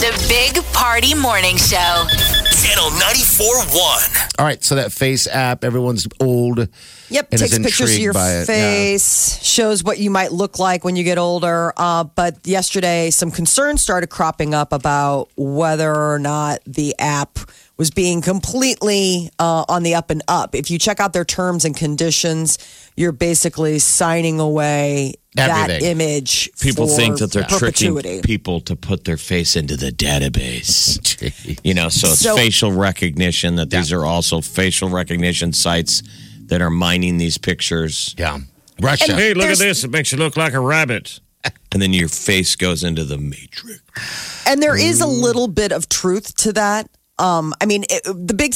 The Big Party Morning Show. Channel 94.1. All right, so that face app, everyone's old. Yep, and is takes pictures of intrigued your by it. face, shows what you might look like when you get older. Uh, but yesterday, some concerns started cropping up about whether or not the app was being completely uh, on the up and up. If you check out their terms and conditions, you're basically signing away that Everything. image. People for think that they're perpetuity. tricking people to put their face into the database. You know, so it's So- facial recognition that these are also facial recognition sites that are mining these pictures. Yeah. Russia. Hey, look There's- at this. It makes you look like a rabbit. And then your face goes into the matrix. And there is a little bit of truth to that. Um, I mean, it, the big,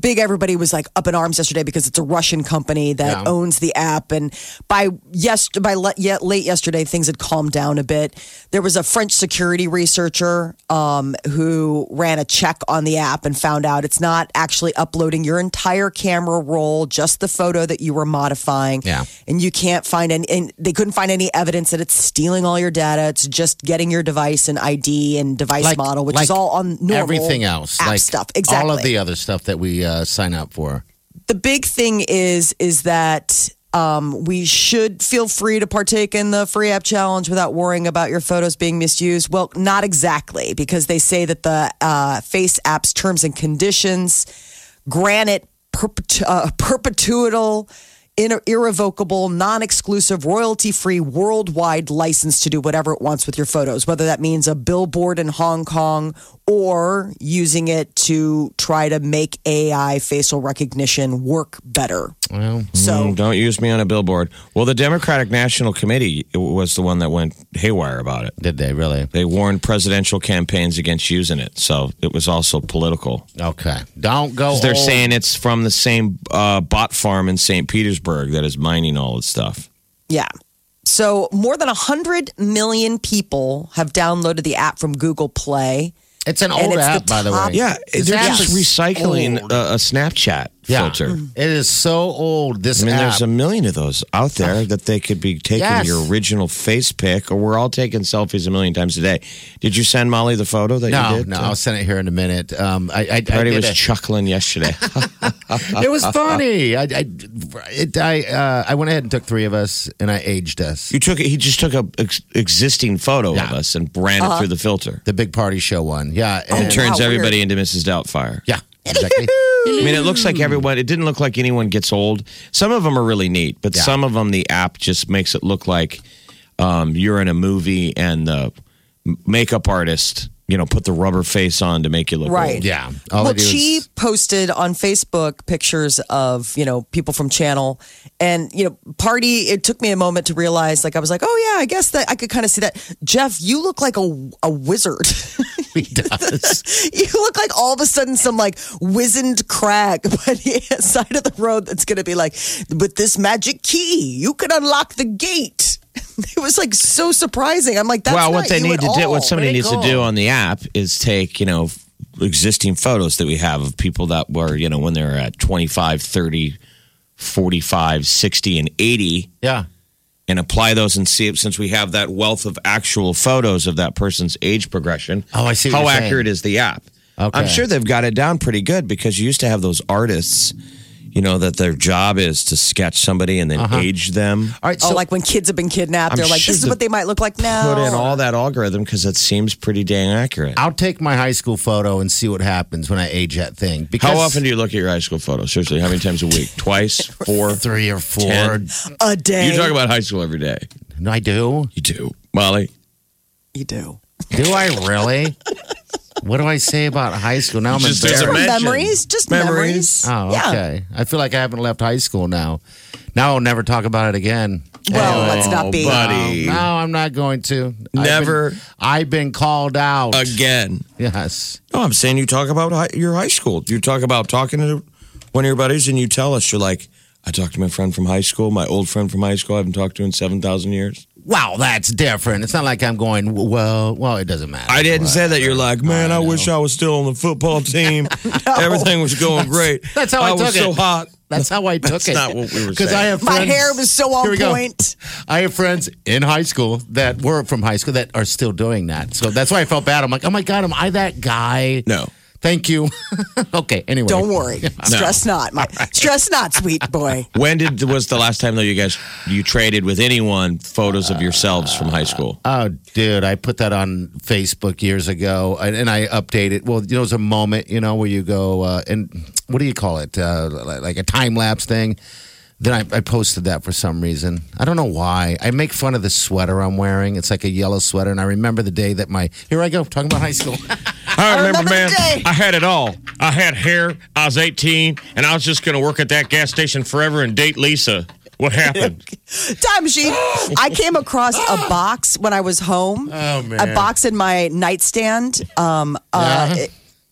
big everybody was like up in arms yesterday because it's a Russian company that Yeah. owns the app, and by yes, by le- yet late yesterday, things had calmed down a bit. There was a French security researcher um, who ran a check on the app and found out it's not actually uploading your entire camera roll, just the photo that you were modifying Yeah. and you can't find any and they couldn't find any evidence that it's stealing all your data it's just getting your device and id and device model which like is all on normal everything else, app like stuff exactly all of the other stuff that we uh, sign up for. the big thing is is that um, we should feel free to partake in the free app challenge without worrying about your photos being misused. Well, not exactly, because they say that the uh, Face app's terms and conditions grant it perpet- uh, perpetual, in- irrevocable, non exclusive, royalty free, worldwide license to do whatever it wants with your photos, whether that means a billboard in Hong Kong or using it to try to make AI facial recognition work better. Well, So, Mm, Don't use me on a billboard. Well, the Democratic National Committee was the one that went haywire about it. did they really? They warned presidential campaigns against using it. So it was also political. Okay. Don't go. They're old. saying it's from the same uh, bot farm in St. Petersburg that is mining all this stuff. yeah. So, more than 100 million people have downloaded the app from Google Play. it's an and old it's the app, by the way. top- Yeah, they're app just is recycling uh, old. a, a Snapchat Yeah. filter. Mm. It is so old. This I mean, app. there's a million of those out there that they could be taking Yes. your original face pic, or we're all taking selfies a million times a day. Did you send Molly the photo that you no, did? no. I'll send it here in a minute. Um, I, I, I Freddie did was a- chuckling yesterday. it was funny. I, I, it, I, uh, I went ahead and took three of us, and I aged us. you took he just took a ex- existing photo of Yeah. us and ran it through the filter. The big party show one. Yeah. It And, turns wow, everybody into Mrs. Doubtfire. yeah. Exactly. I mean, it looks Mm. like everyone. It didn't look like anyone gets old. Some of them are really neat, but some of them the app just makes it look like um, you're in a movie and the m- makeup artist, you know, put the rubber face on to make you look Right. old. yeah. All I well, do is- she posted on Facebook pictures of you know people from Channel, and you know party. It took me a moment to realize, like I was like, oh yeah, I guess that I could kind of see that. Jeff, you look like a a wizard. he does. you look like all of a sudden some like wizened crag by the side of the road that's going to be like, with this magic key, you can unlock the gate. It was like so surprising. I'm like, that's well, not what they you need at to do, all. what somebody Pretty needs to do cool. on the app is take, you know, f- existing photos that we have of people that were, you know, when they were at 25, 30, 45, 60, and 80. Yeah. and apply those and see if since we have that wealth of actual photos of that person's age progression. Oh, I see what How you're saying. accurate is the app? Okay. I'm sure they've got it down pretty good because you used to have those artists, you know, that their job is to sketch somebody and then Uh-huh. age them. All right. Oh, So like when kids have been kidnapped, I'm they're like, sure this is the- what they might look like now. Put in all that algorithm because it seems pretty dang accurate. I'll take my high school photo and see what happens when I age that thing. Because How often do you look at your high school photos? Seriously, how many times a week? Twice? Four? three or four? Ten. a day. You talk about high school every day. No, I do. You do. Molly, You do. Do I really? what do I say about high school? Now I'm Just embarrassed. doesn't Imagine. Memories, just memories. Memories. Oh, Yeah. okay. I feel like I haven't left high school now. Now I'll never talk about it again. Well, let's not be. Oh, buddy. No, I'm not going to. I've been- Never. I've been, called out. Again. Yes. No, I'm saying you talk about hi- your high school. You talk about talking to one of your buddies and you tell us, you're like, I talked to my friend from high school, my old friend from high school I haven't talked to in 7,000 years. Wow, that's different. It's not like I'm going, well, well, it doesn't matter. I didn't say that. You're like, man, I, wish I was still on the football team. Everything was going great. that's how I was took so it. hot. That's how I took That's it. not what we were Because saying. I have My friends- hair was so on Here we go. point. I have friends in high school that were from high school that are still doing that. So that's why I felt bad. I'm like, oh my god, am I that guy? No. Thank you. okay. Anyway, Don't worry. Stress not, my stress not, sweet boy. When did was the last time though you guys you traded with anyone photos of yourselves from high school? Oh, dude, I put that on Facebook years ago, and, and I updated. Well, you know, it's a moment, you know, where you go uh, and what do you call it? Uh, li- like a time lapse thing. Then I, I posted that for some reason. I don't know why. I make fun of the sweater I'm wearing. It's like a yellow sweater, and I remember the day that my here I go talking about high school. I remember, remember man. the day. I had it all. I had hair. I was 18, and I was just going to work at that gas station forever and date Lisa. What happened? Time machine. I came across a box when I was home. Oh, man. A box in my nightstand. Um, uh, Yeah.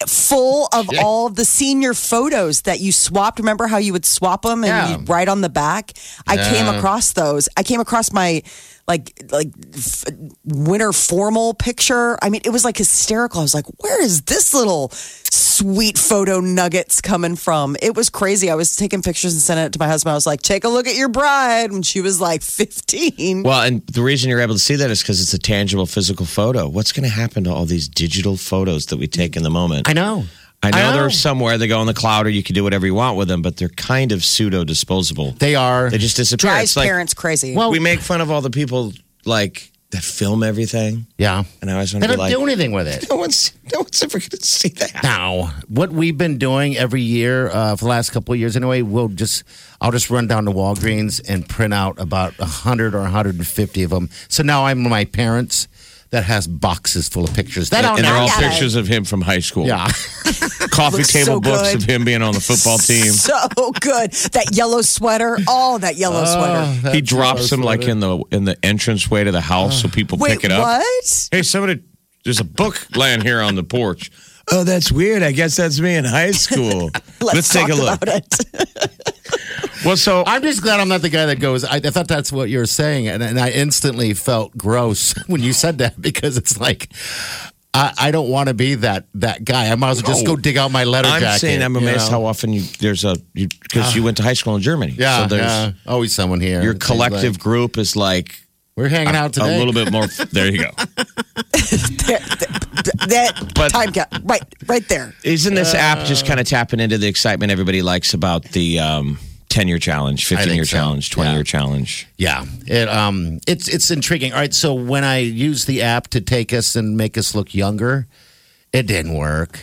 Full of all the senior photos that you swapped. Remember how you would swap them and Yeah. you'd write on the back? I came Yeah. across those. I came across my like like f- winter formal picture. I mean, it was like hysterical. I was like, where is this little sweet photo nuggets coming from? It was crazy. I was taking pictures and sending it to my husband. I was like, take a look at your bride when she was like 15. Well, and the reason you're able to see that is because it's a tangible physical photo. What's going to happen to all these digital photos that we take in the moment? I know. I know, I know. they're somewhere. They go on the cloud, or you can do whatever you want with them, but they're kind of pseudo disposable. They are. They just disappear. Drives It's like parents Oh. crazy. Well- we make fun of all the people like that film everything, yeah. and I always want They to be don't like, do anything with it. no one's no one's ever going to see that. Now, what we've been doing every year uh, for the last couple of years, anyway, we'll just I'll just run down to Walgreens and print out about hundred or hundred and fifty of them. So now I'm my parents that has boxes full of pictures. That I'll and they're never all get. get it. pictures of him from high school. yeah, coffee Looks table so books good. of him being on the football team. so good. That yellow sweater. Oh, that yellow Ah, sweater. he drops them like in the in the entranceway to the house so people Wait, pick it up. what? Hey, somebody, there's a book laying here on the porch. Oh, that's weird. I guess that's me in high school. Let's, take a talk look. About it. Well, so I'm just glad I'm not the guy that goes. I, I thought that's what you were saying, and, and I instantly felt gross when you said that because it's like. I, I don't want to be that that guy. I might as well just go No. dig out my letter I'm jacket. saying I'm you amazed know? how often you Ah. there's a because you, 'cause you went to high school in Germany. yeah, so there's yeah. always someone here. your It seems collective like. group is like We're hanging out today. a little bit more. there you go. that But- time gap right right there Isn't this app just kind of tapping into the excitement everybody likes about the um, 10 year challenge, 15 year so. challenge, 20 year Yeah. challenge? Yeah, it um, it's it's intriguing. All right, so when I used the app to take us and make us look younger, it didn't work.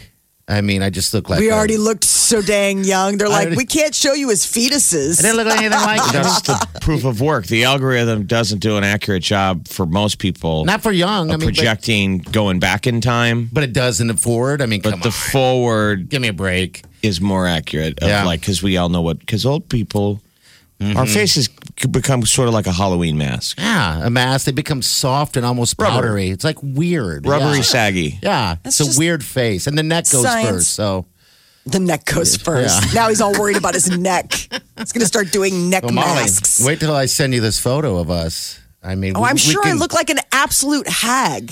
I mean, I just look like we a- already looked so dang young they're like already- we can't show you as fetuses I didn't look like anything like That's that. the proof of work. The algorithm doesn't do an accurate job for most people. Not for young. I mean, but- projecting going back in time, but, it does in the forward. I mean, but come the on, forward give me a break. is more accurate. Of Yeah. like because we all know what because old people, Mm-hmm. our faces could become sort of like a Halloween mask, Yeah, a mask. They become soft and almost Rubber. powdery. It's like weird, rubbery, Yeah, saggy. yeah. it's a just weird face, and the neck goes science. first. So the neck goes first now he's all worried about his neck he's gonna start doing neck Well, Molly, masks wait till I send you this photo of us. I mean, Oh, we- I'm we sure I can- look like an absolute hag.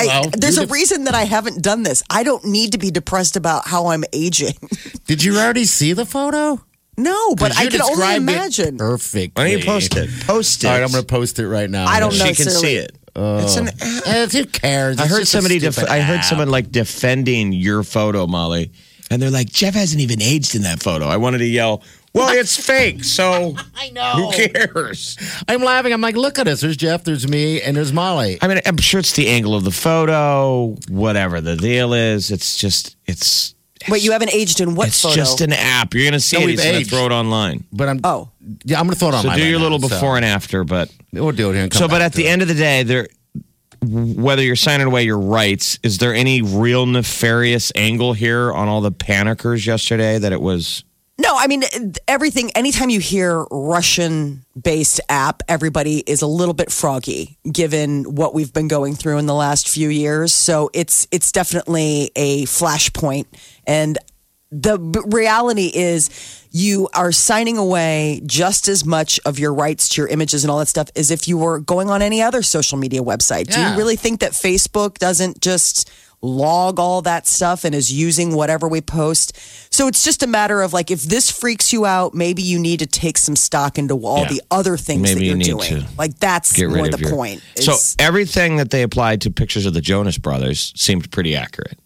I, Well, there's you a def- reason that I haven't done this. I don't need to be depressed about how I'm aging. Did you already see the photo? No, but Because I you can only described it imagine. Perfectly. Why don't you post it? Post it. All right, I'm going to post it right now. I don't She know. can see necessarily. it. it's an app. Eh, who cares? Oh. I It's heard just a somebody. Def- stupid I heard app. someone like defending your photo, Molly, and they're like, Jeff hasn't even aged in that photo. I wanted to yell, "Well, it's fake." So I know. who cares? I'm laughing. I'm like, look at us. There's Jeff. There's me, and there's Molly. I mean, I'm sure it's the angle of the photo, whatever the deal is. It's just, it's, Wait, you haven't aged in what it's photo? just an app. You're gonna see No, it. we've He's gonna aged. throw it online. But I'm. Oh. yeah. I'm going to throw it on. So mine do right your little now, so- before and after, but We'll do it here. And come so. But back at to the it. end of the day, there. Whether you're signing away your rights, is there any real nefarious angle here on all the panickers yesterday that it was No, I mean everything. Anytime you hear Russian-based app, everybody is a little bit froggy, given what we've been going through in the last few years. So it's it's definitely a flashpoint, and the b- reality is you are signing away just as much of your rights to your images and all that stuff as if you were going on any other social media website. Do you Yeah. really think that Facebook doesn't just log all that stuff and is using whatever we post? So it's just a matter of like if this freaks you out, maybe you need to take some stock into all Yeah. the other things that Maybe you're you need doing. to Like that's Get rid more of the your point. So It's- everything that they applied to pictures of the Jonas Brothers seemed pretty accurate.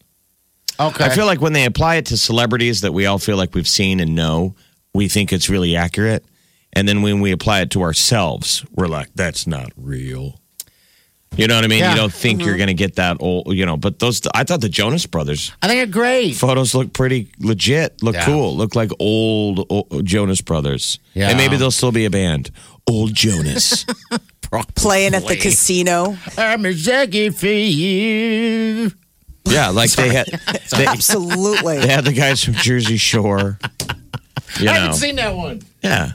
Okay. I feel like when they apply it to celebrities that we all feel like we've seen and know, we think it's really accurate. And then when we apply it to ourselves, we're like, that's not real. You know what I mean? Yeah. Mm-hmm. You don't think you're going to get that old, you know, but those, I thought the Jonas Brothers I think it's great. photos look pretty legit, look Yeah. cool, look like old, o Jonas Brothers. Yeah. And maybe they'll still be a band. Old Jonas. playing at the casino. I'm a Zaggy for you. yeah, like they had, they, Absolutely. they had the guys from Jersey Shore. You I know. haven't seen that one. Yeah.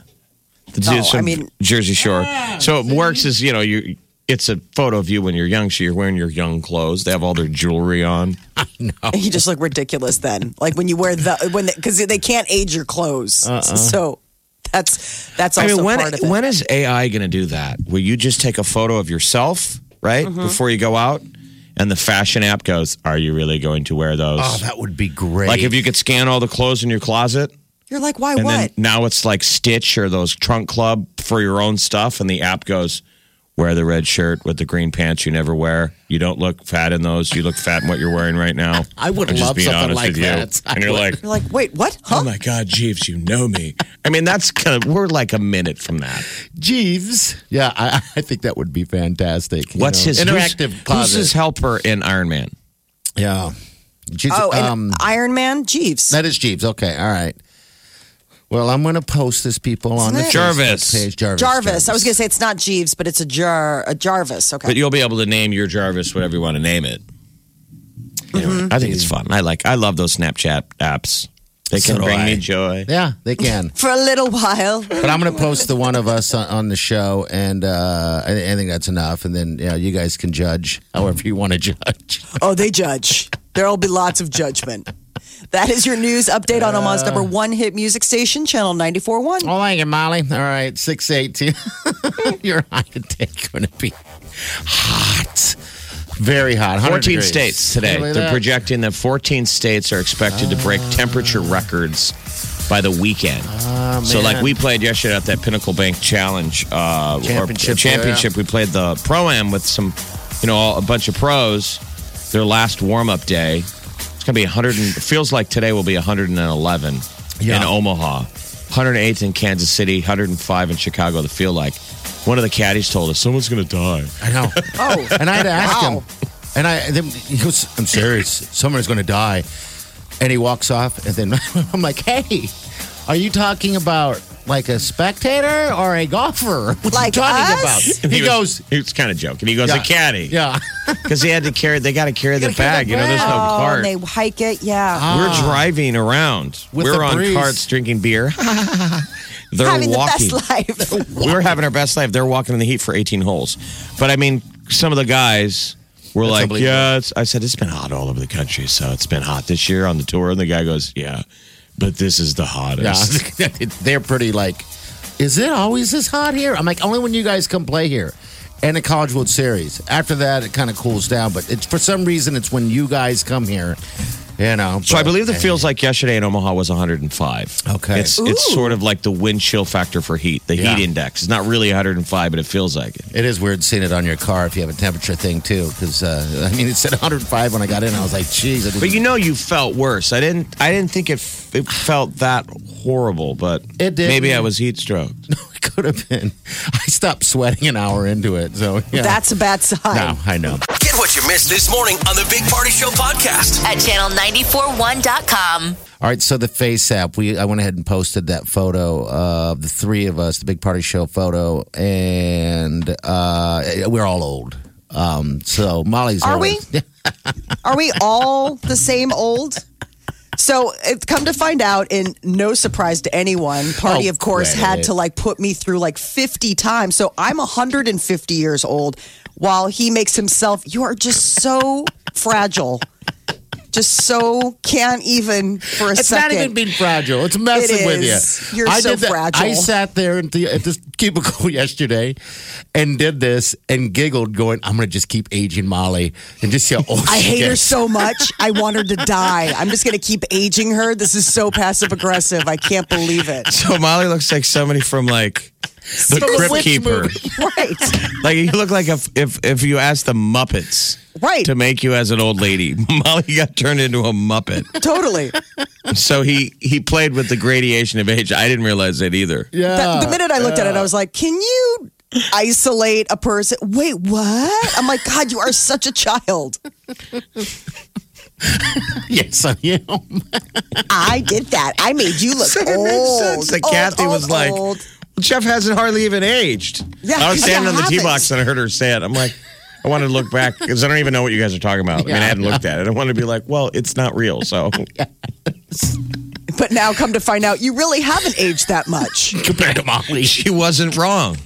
The dudes I from mean- Jersey Shore. so it works as, you know, you it's a photo of you when you're young, so you're wearing your young clothes. They have all their jewelry on. you just look ridiculous then. Like when you wear the when because they, can't age your clothes. Uh-uh. So that's that's I also mean, when part of it. when is AI going to do that? Will you just take a photo of yourself, right, Mm-hmm. before you go out, and the fashion app goes, "Are you really going to wear those?" Oh, that would be great. like if you could scan all the clothes in your closet, You're like, why and what? then now it's like Stitch or those Trunk Club for your own stuff, and the app goes, "Wear the red shirt with the green pants you never wear. You don't look fat in those. You look fat in what you're wearing right now." I would I'm just love being something honest like with you. that. I And you're would. like, You're like, wait, what? Huh? "Oh my God, Jeeves, you know me." I mean, that's kind of we're like a minute from that. Jeeves. Yeah, I, I think that would be fantastic. you What's know. his interactive Who's, who's closet? his helper in Iron Man? yeah. Jeeves, oh, and um, Iron Man Jeeves. that is Jeeves. Okay, all right. Well, I'm going to post this people on the Isn't it? Facebook Jarvis. page. Jarvis. Jarvis. I was gonna say it's not Jeeves, but it's a jar a Jarvis. Okay. But you'll be able to name your Jarvis whatever you want to name it. Anyway, Mm-hmm. I think it's fun. I like. I love those Snapchat apps. They So can do bring I. me joy. Yeah, they can. For a little while. But I'm going to post the one of us on, on the show, and uh, I, I think that's enough. And then yeah, you guys can judge however you want to judge. Oh, they judge. There'll be lots of judgment. That is your news update on Oman's number one hit music station, Channel 94.1. Well, thank you, Molly. All right, 618. Your high today going to be hot. Very hot. 100 14 degrees. states today. Look at They're that. Ah. projecting that 14 states are expected to break temperature records by the weekend. so, like Ah, man. we played yesterday at that Pinnacle Bank Challenge uh, or Championship, championship. We played the pro am with some, you know, all- a bunch of pros. Their last warm up day. It's gonna be 100. And, it feels like today will be 111 in Yeah. Omaha, 108 in Kansas City, 105 in Chicago. They feel like. One of the caddies told us someone's going to die. I know. Oh, And I had to ask wow. him. And I, then he goes, I'm serious. Someone's going to die. And he walks off. And then I'm like, hey, are you talking about like a spectator or a golfer? What Like you talking us? about? He, was- goes, he was kind of joking. He goes, Yeah. a caddy. yeah. because they had to carry. They got to carry the gotta carry bag. the You know, there's no bag. Oh, cart. Ah, and they Ah. hike it, yeah. We're driving around. With We're the on breeze. carts drinking beer. They're Having walking. the best life. we were having our best life. They're walking in the heat for 18 holes. But I mean, some of the guys were That's like, unbelievable. "Yeah." It's, I said it's been hot all over the country, so it's been hot this year on the tour. And the guy goes, "Yeah, but this is the hottest." Yeah. They're pretty like, is it always this hot here? I'm like, only when you guys come play here. And the College World Series. After that, it kind of cools down. But it's for some reason, it's when you guys come here. You know. So I believe it feels like yesterday in Omaha was 105. Okay. it's it's sort of like the wind chill factor for heat. The Yeah. heat index is not really 105, but it feels like it. It is weird seeing it on your car if you have a temperature thing too, because uh, I mean it said 105 when I got in. I was like, "Jeez!" I didn't- But you know, you felt worse. I didn't. I didn't think it. f- It felt that horrible, but It didn't. Maybe I was heat stroked. it could have been. I stopped sweating an hour into it, so yeah. That's a bad sign. no, I know. Get what you missed this morning on the Big Party Show podcast. at channel941.com. All right, so the face app. We I went ahead and posted that photo of the three of us, the big party show photo, and uh, we're all old. Um, so Molly's Are old. we? Are we all the same old? So, it, come to find out, in no surprise to anyone, Party, Oh, of course, quit had it. to like put me through like 50 times. So, I'm 150 years old while he makes himself, you are just so fragile. Just so can't even for a It's second. not even being fragile. It's messing It with is. you. You're I so did that- fragile. I sat there at, the, at this cubicle yesterday and did this and giggled, going, "I'm going to just keep aging Molly and just see how old I she hate her gets." so much. I want her to die. I'm just going to keep aging her. This is so passive aggressive. I can't believe it. So Molly looks like somebody from like the From a Crypt Witch Keeper. movie. Right. Like you look like if if if you asked the Muppets Right. to make you as an old lady, Molly got turned into a Muppet. Totally. So he he played with the gradation of age. I didn't realize that either. Yeah. That- the minute I looked at it, I was like, can you isolate a person? Wait, what? I'm like, God, you are such a child. yes, I am. I did that. I made you look It old. makes sense that old, Kathy old, was "Oh." like, old. "Well, Jeff hasn't hardly even aged. Yeah, I was standing yeah, on the happens. tee box and I heard her say it. I'm like, I wanted to look back because I don't even know what you guys are talking about. I mean, I hadn't looked at it. I wanted to be like, well, it's not real. So But now come to find out, you really haven't aged that much. Compared to Molly. she wasn't wrong.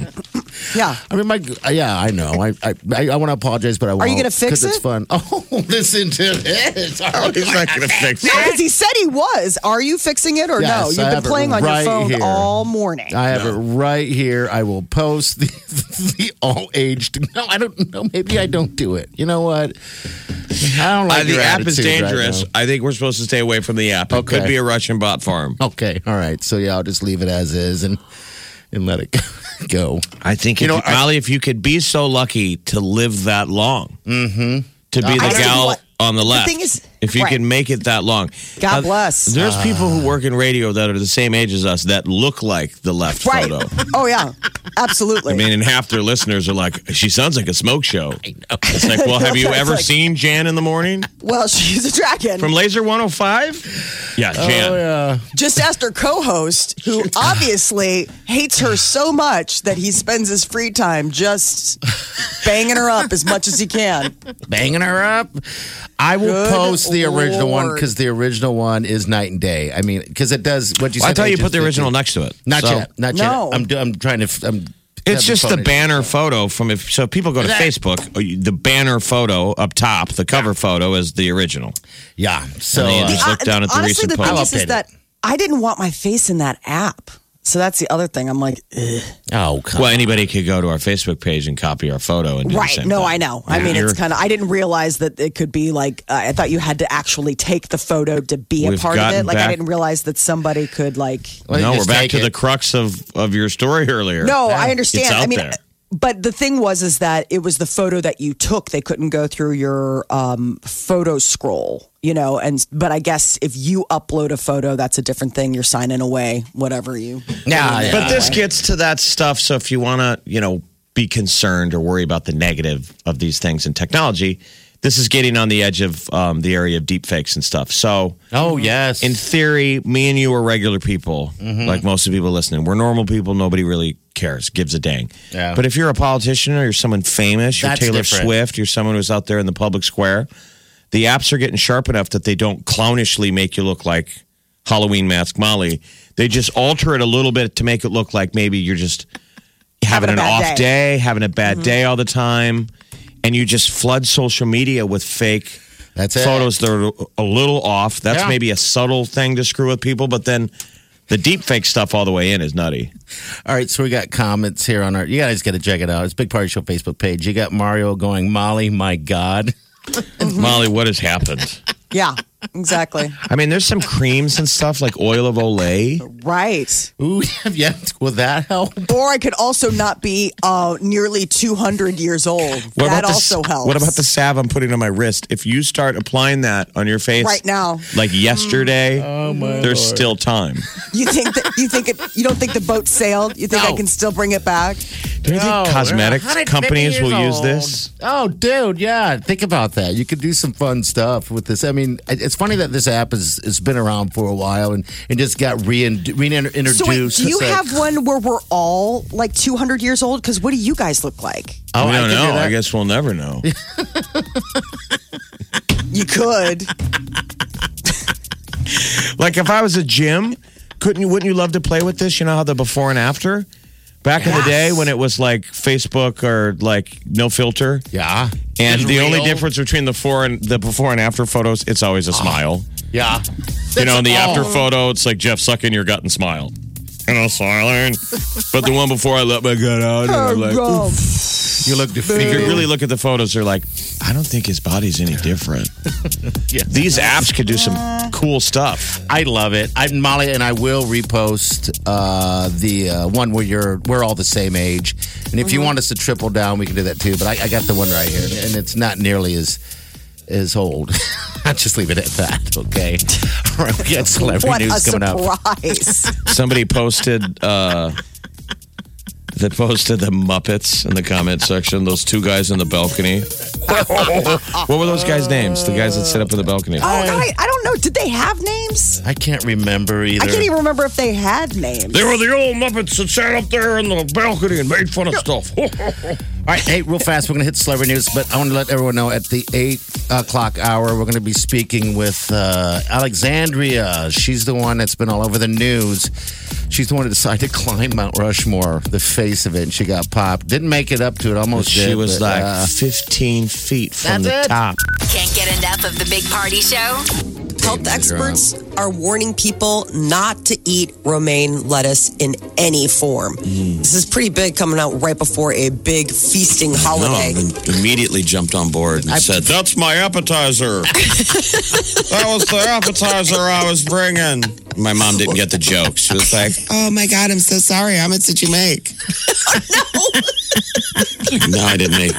Yeah. I mean, my yeah, I know. I I, I, I want to apologize, but I won't. you gonna fix 'cause It's it? fun. Oh, listen to this. Oh, he's not going to fix it. Because he said he was. Are you fixing it or no? Yes, I You've been have it playing on right your phone here. all morning. I have it right here. I will post the the all aged. No, I don't know. Maybe I don't do it. You know what? I don't like Uh, the your app is attitude right dangerous. now. I think we're supposed to stay away from the app. It Okay. could be a Russian bot farm. okay, all right. So yeah, I'll just leave it as is and and let it go. I think, You if know, you I- Molly, if you could be so lucky to live that long, mm-hmm. to be I the don't gal know what- on the left, thing is- if you right. can make it that long, God bless. There's people who work in radio that are the same age as us that look like the left Right. photo. Oh yeah, absolutely. I mean, and half their listeners are like, "She sounds like a smoke show." It's like, well, have you It's ever like- seen Jan in the morning well, she's a dragon. from Laser 105? Yeah, Oh, Oh, Jan. Just asked her co-host, who obviously hates her so much that he spends his free time just banging her up as much as he can. banging her up. I will Good post the original one Lord. because the original one is night and day. I mean, because it does what you Well, I said. thought you ages put the original 15. next to it. Not So- yet. Not No. yet. I'm, do- I'm trying to. f- I'm It's having just fun the at- banner photo from if so people go to That- Facebook, uh, the banner photo up top, the cover photo is the original. Yeah. So And then you uh, just look down at the Honestly, recent the thing post. is, is that I didn't want my face in that app. So that's the other thing. I'm like, ugh. oh come Well, anybody could go to our Facebook page and copy our photo and do the right? same No, thing. I know. I Yeah. mean, it's You're- kind of. I didn't realize that it could be like. Uh, I thought you had to actually take the photo to be a We've part of gotten it. Like, I back- didn't realize that somebody could like. Well, you no, we're just back take to it. the crux of of your story earlier. No, I It's understand. out I mean, there. but the thing was is that it was the photo that you took. They couldn't go through your um, photo scroll, you know. And but I guess if you upload a photo, that's a different thing. You're signing away whatever you. Ah, Yeah, yeah. But this gets to that stuff. So if you want to, you know, be concerned or worry about the negative of these things in technology, this is getting on the edge of um, the area of deepfakes and stuff. So oh yes. Mm-hmm. in theory, me Mm-hmm. and you are regular people, like most of the people listening. We're normal people. Nobody really cares, gives a dang. Yeah. But if you're a politician or you're someone famous, you're That's Taylor different. Swift, you're someone who's out there in the public square, the apps are getting sharp enough that they don't clownishly make you look like Halloween Mask Molly. They just alter it a little bit to make it look like maybe you're just Having having, a an bad Mm-hmm. off day, having a bad day all the time. And you just flood social media with fake That's it. photos that are a little off. That's Yeah. maybe a subtle thing to screw with people, but then the deep fake stuff all the way in is nutty. All right, so we got comments here on our. You guys got to check it out. It's Big Party Show Facebook page. You got Mario going, Molly, my God. Molly, what has happened? Yeah, exactly. Mm-hmm. I mean, there's some creams and stuff like oil of Olay. right. Ooh, yeah. Will that help? Or I could also not be uh, nearly 200 years old. that the, also helps. What about the salve I'm putting on my wrist? If you start applying that on your face Right now. Mm. Oh, like yesterday, there's still time. You think that you think it? You don't think the boat sailed? You think I No. can still bring it back? Do you Oh, think we're cosmetic 150 companies will years use this? old. Oh, dude, yeah. Think about that. You could do some fun stuff with this. I mean, it- it's funny that this app has is, has been around for a while and, and just got rein- reintroduced. So wait, do you It's like- have one where we're all like 200 years old? Because what do you guys look like? Oh, we I don't could do know. that. I guess we'll never know. You could. Like if I was a gym, couldn't you? Wouldn't you love to play with this? You know how the before and after. Back in the day when it was like Facebook or like no filter. Yeah. And It's the only real. difference between the four and the before and after photos, it's always a smile. Yeah. you know, in the all. after photo, it's like Jeff sucking your gut and smile. And I'm smiling. But the one before I let my gut out, and Oh, I'm like, Rob. You look if defeated. you really look at the photos, they're like, I don't think his body's any different. These apps could do some cool stuff. I love it. I, Molly and I will repost uh, the uh, one where you're we're all the same age, and if Mm-hmm. you want us to triple down, we can do that too. But I, I got the one right here, and it's not nearly as as old. I'll just leave it at that. Okay. All right, we got celebrity What a news coming up. surprise. Somebody posted uh that posted the Muppets in the comment section, those two guys in the balcony. what were those guys' names? The guys that sit up in the balcony. oh, right. I don't know. Did they have names? I can't remember either. I can't even remember if they had names. They were the old Muppets that sat up there in the balcony and made fun of stuff. All right, hey, real fast, we're going to hit celebrity news, but I want to let everyone know at the 8 o'clock hour, we're going to be speaking with uh, Alexandria. She's the one that's been all over the news. She's the one who decided to climb Mount Rushmore, the face of it, and she got popped. Didn't make it up to it, almost she did, was but, like uh, 15 feet from That's it. the top. Can't get enough of the Big Party Show? Health experts are warning people not to eat romaine lettuce in any form. This is pretty big coming out right before a big feasting No, holiday. and Oh, immediately jumped on board and said, That's my appetizer. That was the appetizer I was bringing. My mom didn't get the joke. She was like, Oh my God, I'm so sorry. How much did you make? no. I didn't make,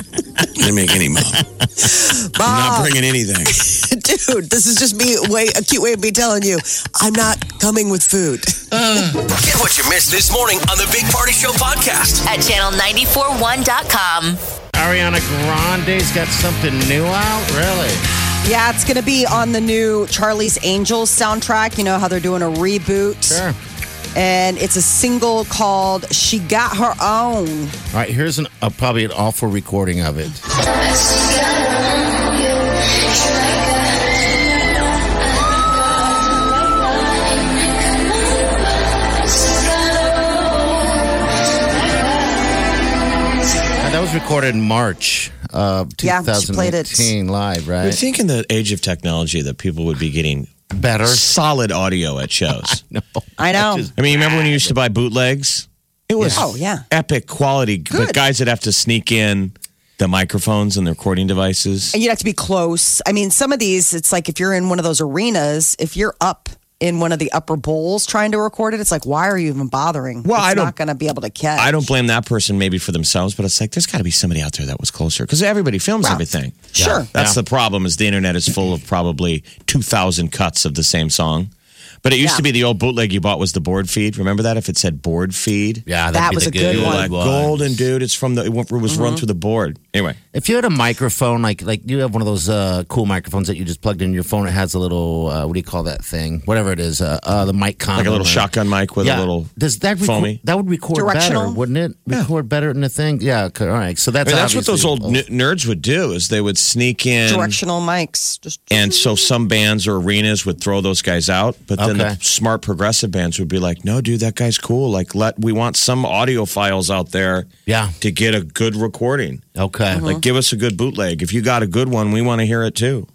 didn't make any, mom. I'm not Mom, bringing anything. dude, this is just me way a cute way of me telling you I'm not coming with food. Get what you missed this morning on the Big Party Show podcast. At channel941.com. Ariana Grande's got something new out? Really? Yeah, it's going to be on the new Charlie's Angels soundtrack. You know how they're doing a reboot. Sure. And it's a single called She Got Her Own. All right, here's an, uh, probably an awful recording of it. Uh, That was recorded in March of Yeah, she played it. 2018 live, I right? think in the age of technology that people would be getting Better. solid audio at shows. No. I know. I mean, you remember when you used to buy bootlegs? It was Yeah. Oh, yeah. epic quality, Good. but guys would have to sneak in the microphones and the recording devices. and you'd have to be close. I mean, some of these, it's like if you're in one of those arenas, if you're up in one of the upper bowls trying to record it, it's like, why are you even bothering? Well, it's I don't- not going to be able to catch. I don't blame that person maybe for themselves, but it's like there's got to be somebody out there that was closer because everybody films everything. Sure. That's Yeah. the problem is the internet is full of probably 2,000 cuts of the same song. But it used Yeah. to be the old bootleg you bought was the board feed. Remember that? If it said board feed. Yeah, that'd That be was the a good good one. Like golden dude, it's from the it went- it was Mm-hmm. run through the board. Anyway, If you had a microphone, like like you have one of those uh, cool microphones that you just plugged in your phone, it has a little uh, what do you call that thing? Whatever it is, uh, uh, the mic con, like a little shotgun mic with yeah. a little Does that record, foamy. That would record better, Directional? wouldn't it? Record better in the thing. Yeah. okay, All right. So that's I mean, that's what those obviously- old n- nerds would do is they would sneak in Directional mics. Just and so some bands or arenas would throw those guys out but then Okay. the smart progressive bands would be like no dude that guy's cool like let we want some audio files out there Yeah. Uh-huh. to get a good recording Okay. Mm-hmm. like give us a good bootleg if you got a good one we want to hear it too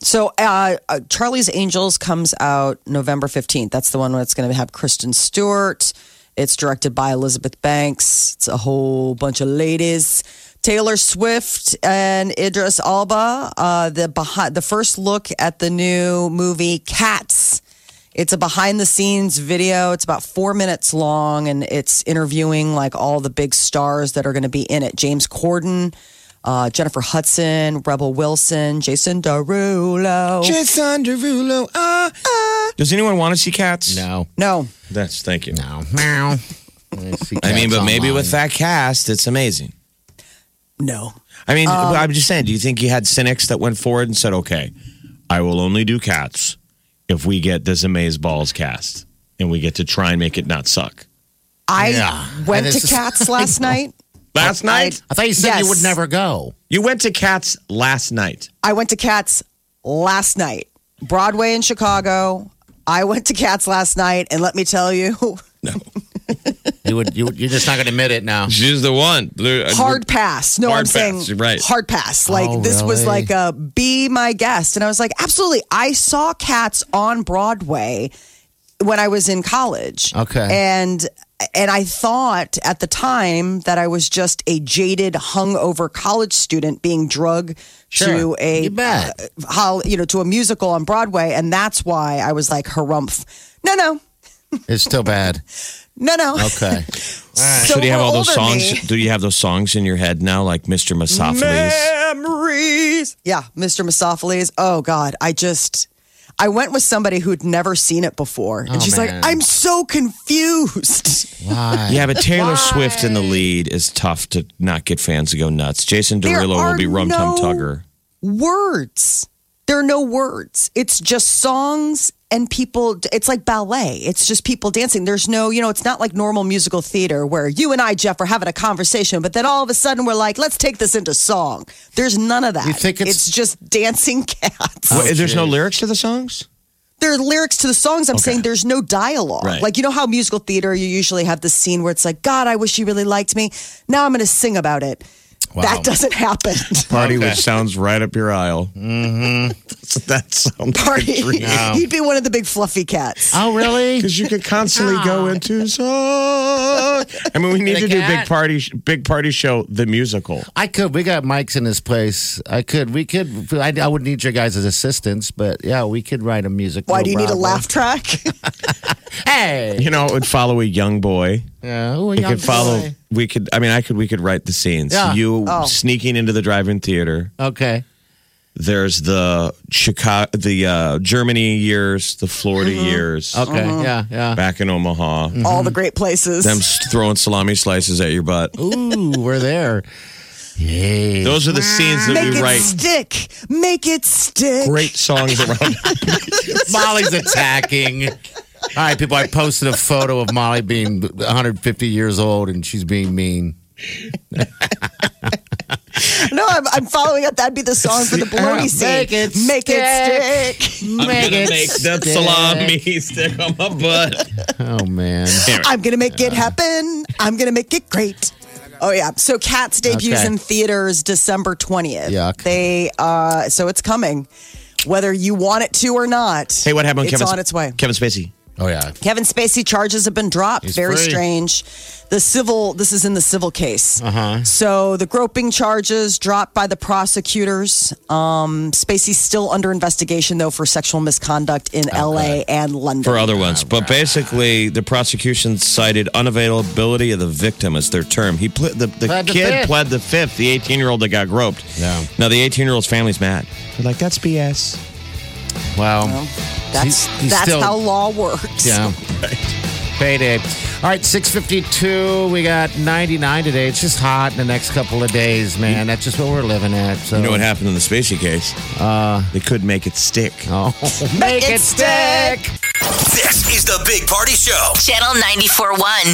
So uh, uh, Charlie's Angels comes out November 15th. That's the one where it's going to have Kristen Stewart. It's directed by Elizabeth Banks. It's a whole bunch of ladies. Taylor Swift and Idris Alba. Uh, the behind, the first look at the new movie Cats. It's a behind the scenes video. It's about four minutes long, and it's interviewing like all the big stars that are going to be in it. James Corden, uh, Jennifer Hudson, Rebel Wilson, Jason Derulo. jason derulo ah, ah. does anyone want to see cats uh, No. no, that's thank you No. Meow. i mean but maybe with that cast it's amazing no. I mean, Um, I'm just saying, do you think you had cynics that went forward and said, okay, I will only do cats if we get this Amaze Balls cast and we get to try and make it not suck? I Yeah. went And to it's just- Cats last night. Last night? I thought you said you Yes. would never go. You went to cats last night. I went to Cats last night. Broadway in Chicago. I went to Cats last night, and let me tell you, No. You would, you, you're just not going to admit it now. She's the one. uh, There- hard pass. No, Hard I'm saying pass, right. hard pass. Like Oh, this was really? like a be my guest, and I was like, absolutely. I saw Cats on Broadway when I was in college. Okay. and and I thought at the time that I was just a jaded, hungover college student being drug to Sure. a uh, You bet. hol- you know to a musical on Broadway, and that's why I was like harumph. No, no, It's still bad. no, no. Okay. So, So do you have for all those older songs? me- Do you have those songs in your head now, like Mr. Mistopheles? Memories. Yeah, Mr. Misopheles. Oh God, I just I went with somebody who'd never seen it before, and Oh, she's man. like, "I'm so confused." Why? Yeah, but Taylor Swift in the lead is tough to not get fans to go nuts. Jason There Derulo will are be Rum Tum no- Tugger. words. There are no words. It's just songs and people. It's like ballet. It's just people dancing. There's no, you know, it's not like normal musical theater where you and I, Jeff, are having a conversation, but then all of a sudden we're like, let's take this into song. There's none of that. You think it's- just dancing cats. Wait, there's no lyrics to the songs. there are lyrics to the songs. I'm saying there's no dialogue. Right. Like you know how musical theater you usually have the scene where it's like, God, I wish you really liked me. Now I'm going to sing about it. That doesn't happen. Party, which sounds right up your aisle. Mm-hmm. that sounds Party. He'd be one of the big fluffy cats. Oh, really? because you can constantly go into song. I mean, we need to do big party, big party show, the musical. I could. We got mics in this place. I could. We could. I, I would need your guys' assistance, but yeah, we could write a music. Why do you need a laugh track? Mm-hmm. Hey. You know, it would follow a young boy. Yeah. Ooh, We could follow. We could. I mean, I could. We could write the scenes. Yeah. You sneaking into the drive-in theater. Okay. There's the Chicago, the uh, Germany years, the Florida years. Mm-hmm. Okay. Uh-huh. Yeah. Yeah. Back in Omaha, All the great places. them s- throwing salami slices at your butt. Ooh, we're there. Yay. Those are the scenes that Make we it write. stick. Make it stick. Great songs around. Molly's attacking. All right, people. I posted a photo of Molly being 150 years old, and she's being mean. No, I'm, I'm following up. That'd be the song for the baloney scene. Make it Make it stick. I'm gonna make that salami stick on my butt. Oh man. I'm going to make it happen. I'm going to make it great. Oh, yeah. So Cats debuts Okay. in theaters December 20th. Yuck. They, uh, so it's coming. Whether you want it to or not. Hey, what happened? It's Kevin, on its way. Kevin Spacey. Oh yeah. Kevin Spacey charges have been dropped. He's Very free. strange. The civil, this is in the civil case. Uh-huh. So the groping charges dropped by the prosecutors. Um, Spacey's still under investigation, though, for sexual misconduct in Oh, LA and London. for other ones. But basically, the prosecution cited unavailability of the victim as their term. He ple- the, the Pled the kid fifth. pled the fifth. The eighteen year old that got groped. Yeah. Now the eighteen year old's family's mad. They're like, "That's BS." Wow. that's He's- he's that's still- how law works. Yeah. Payday. All right, 652. We got 99 today. It's just hot in the next couple of days, man. That's just what we're living at. So. You know what happened in the Spacey case? Uh, they could make it stick. Oh, make it stick. This is the Big Party Show. Channel 94.1.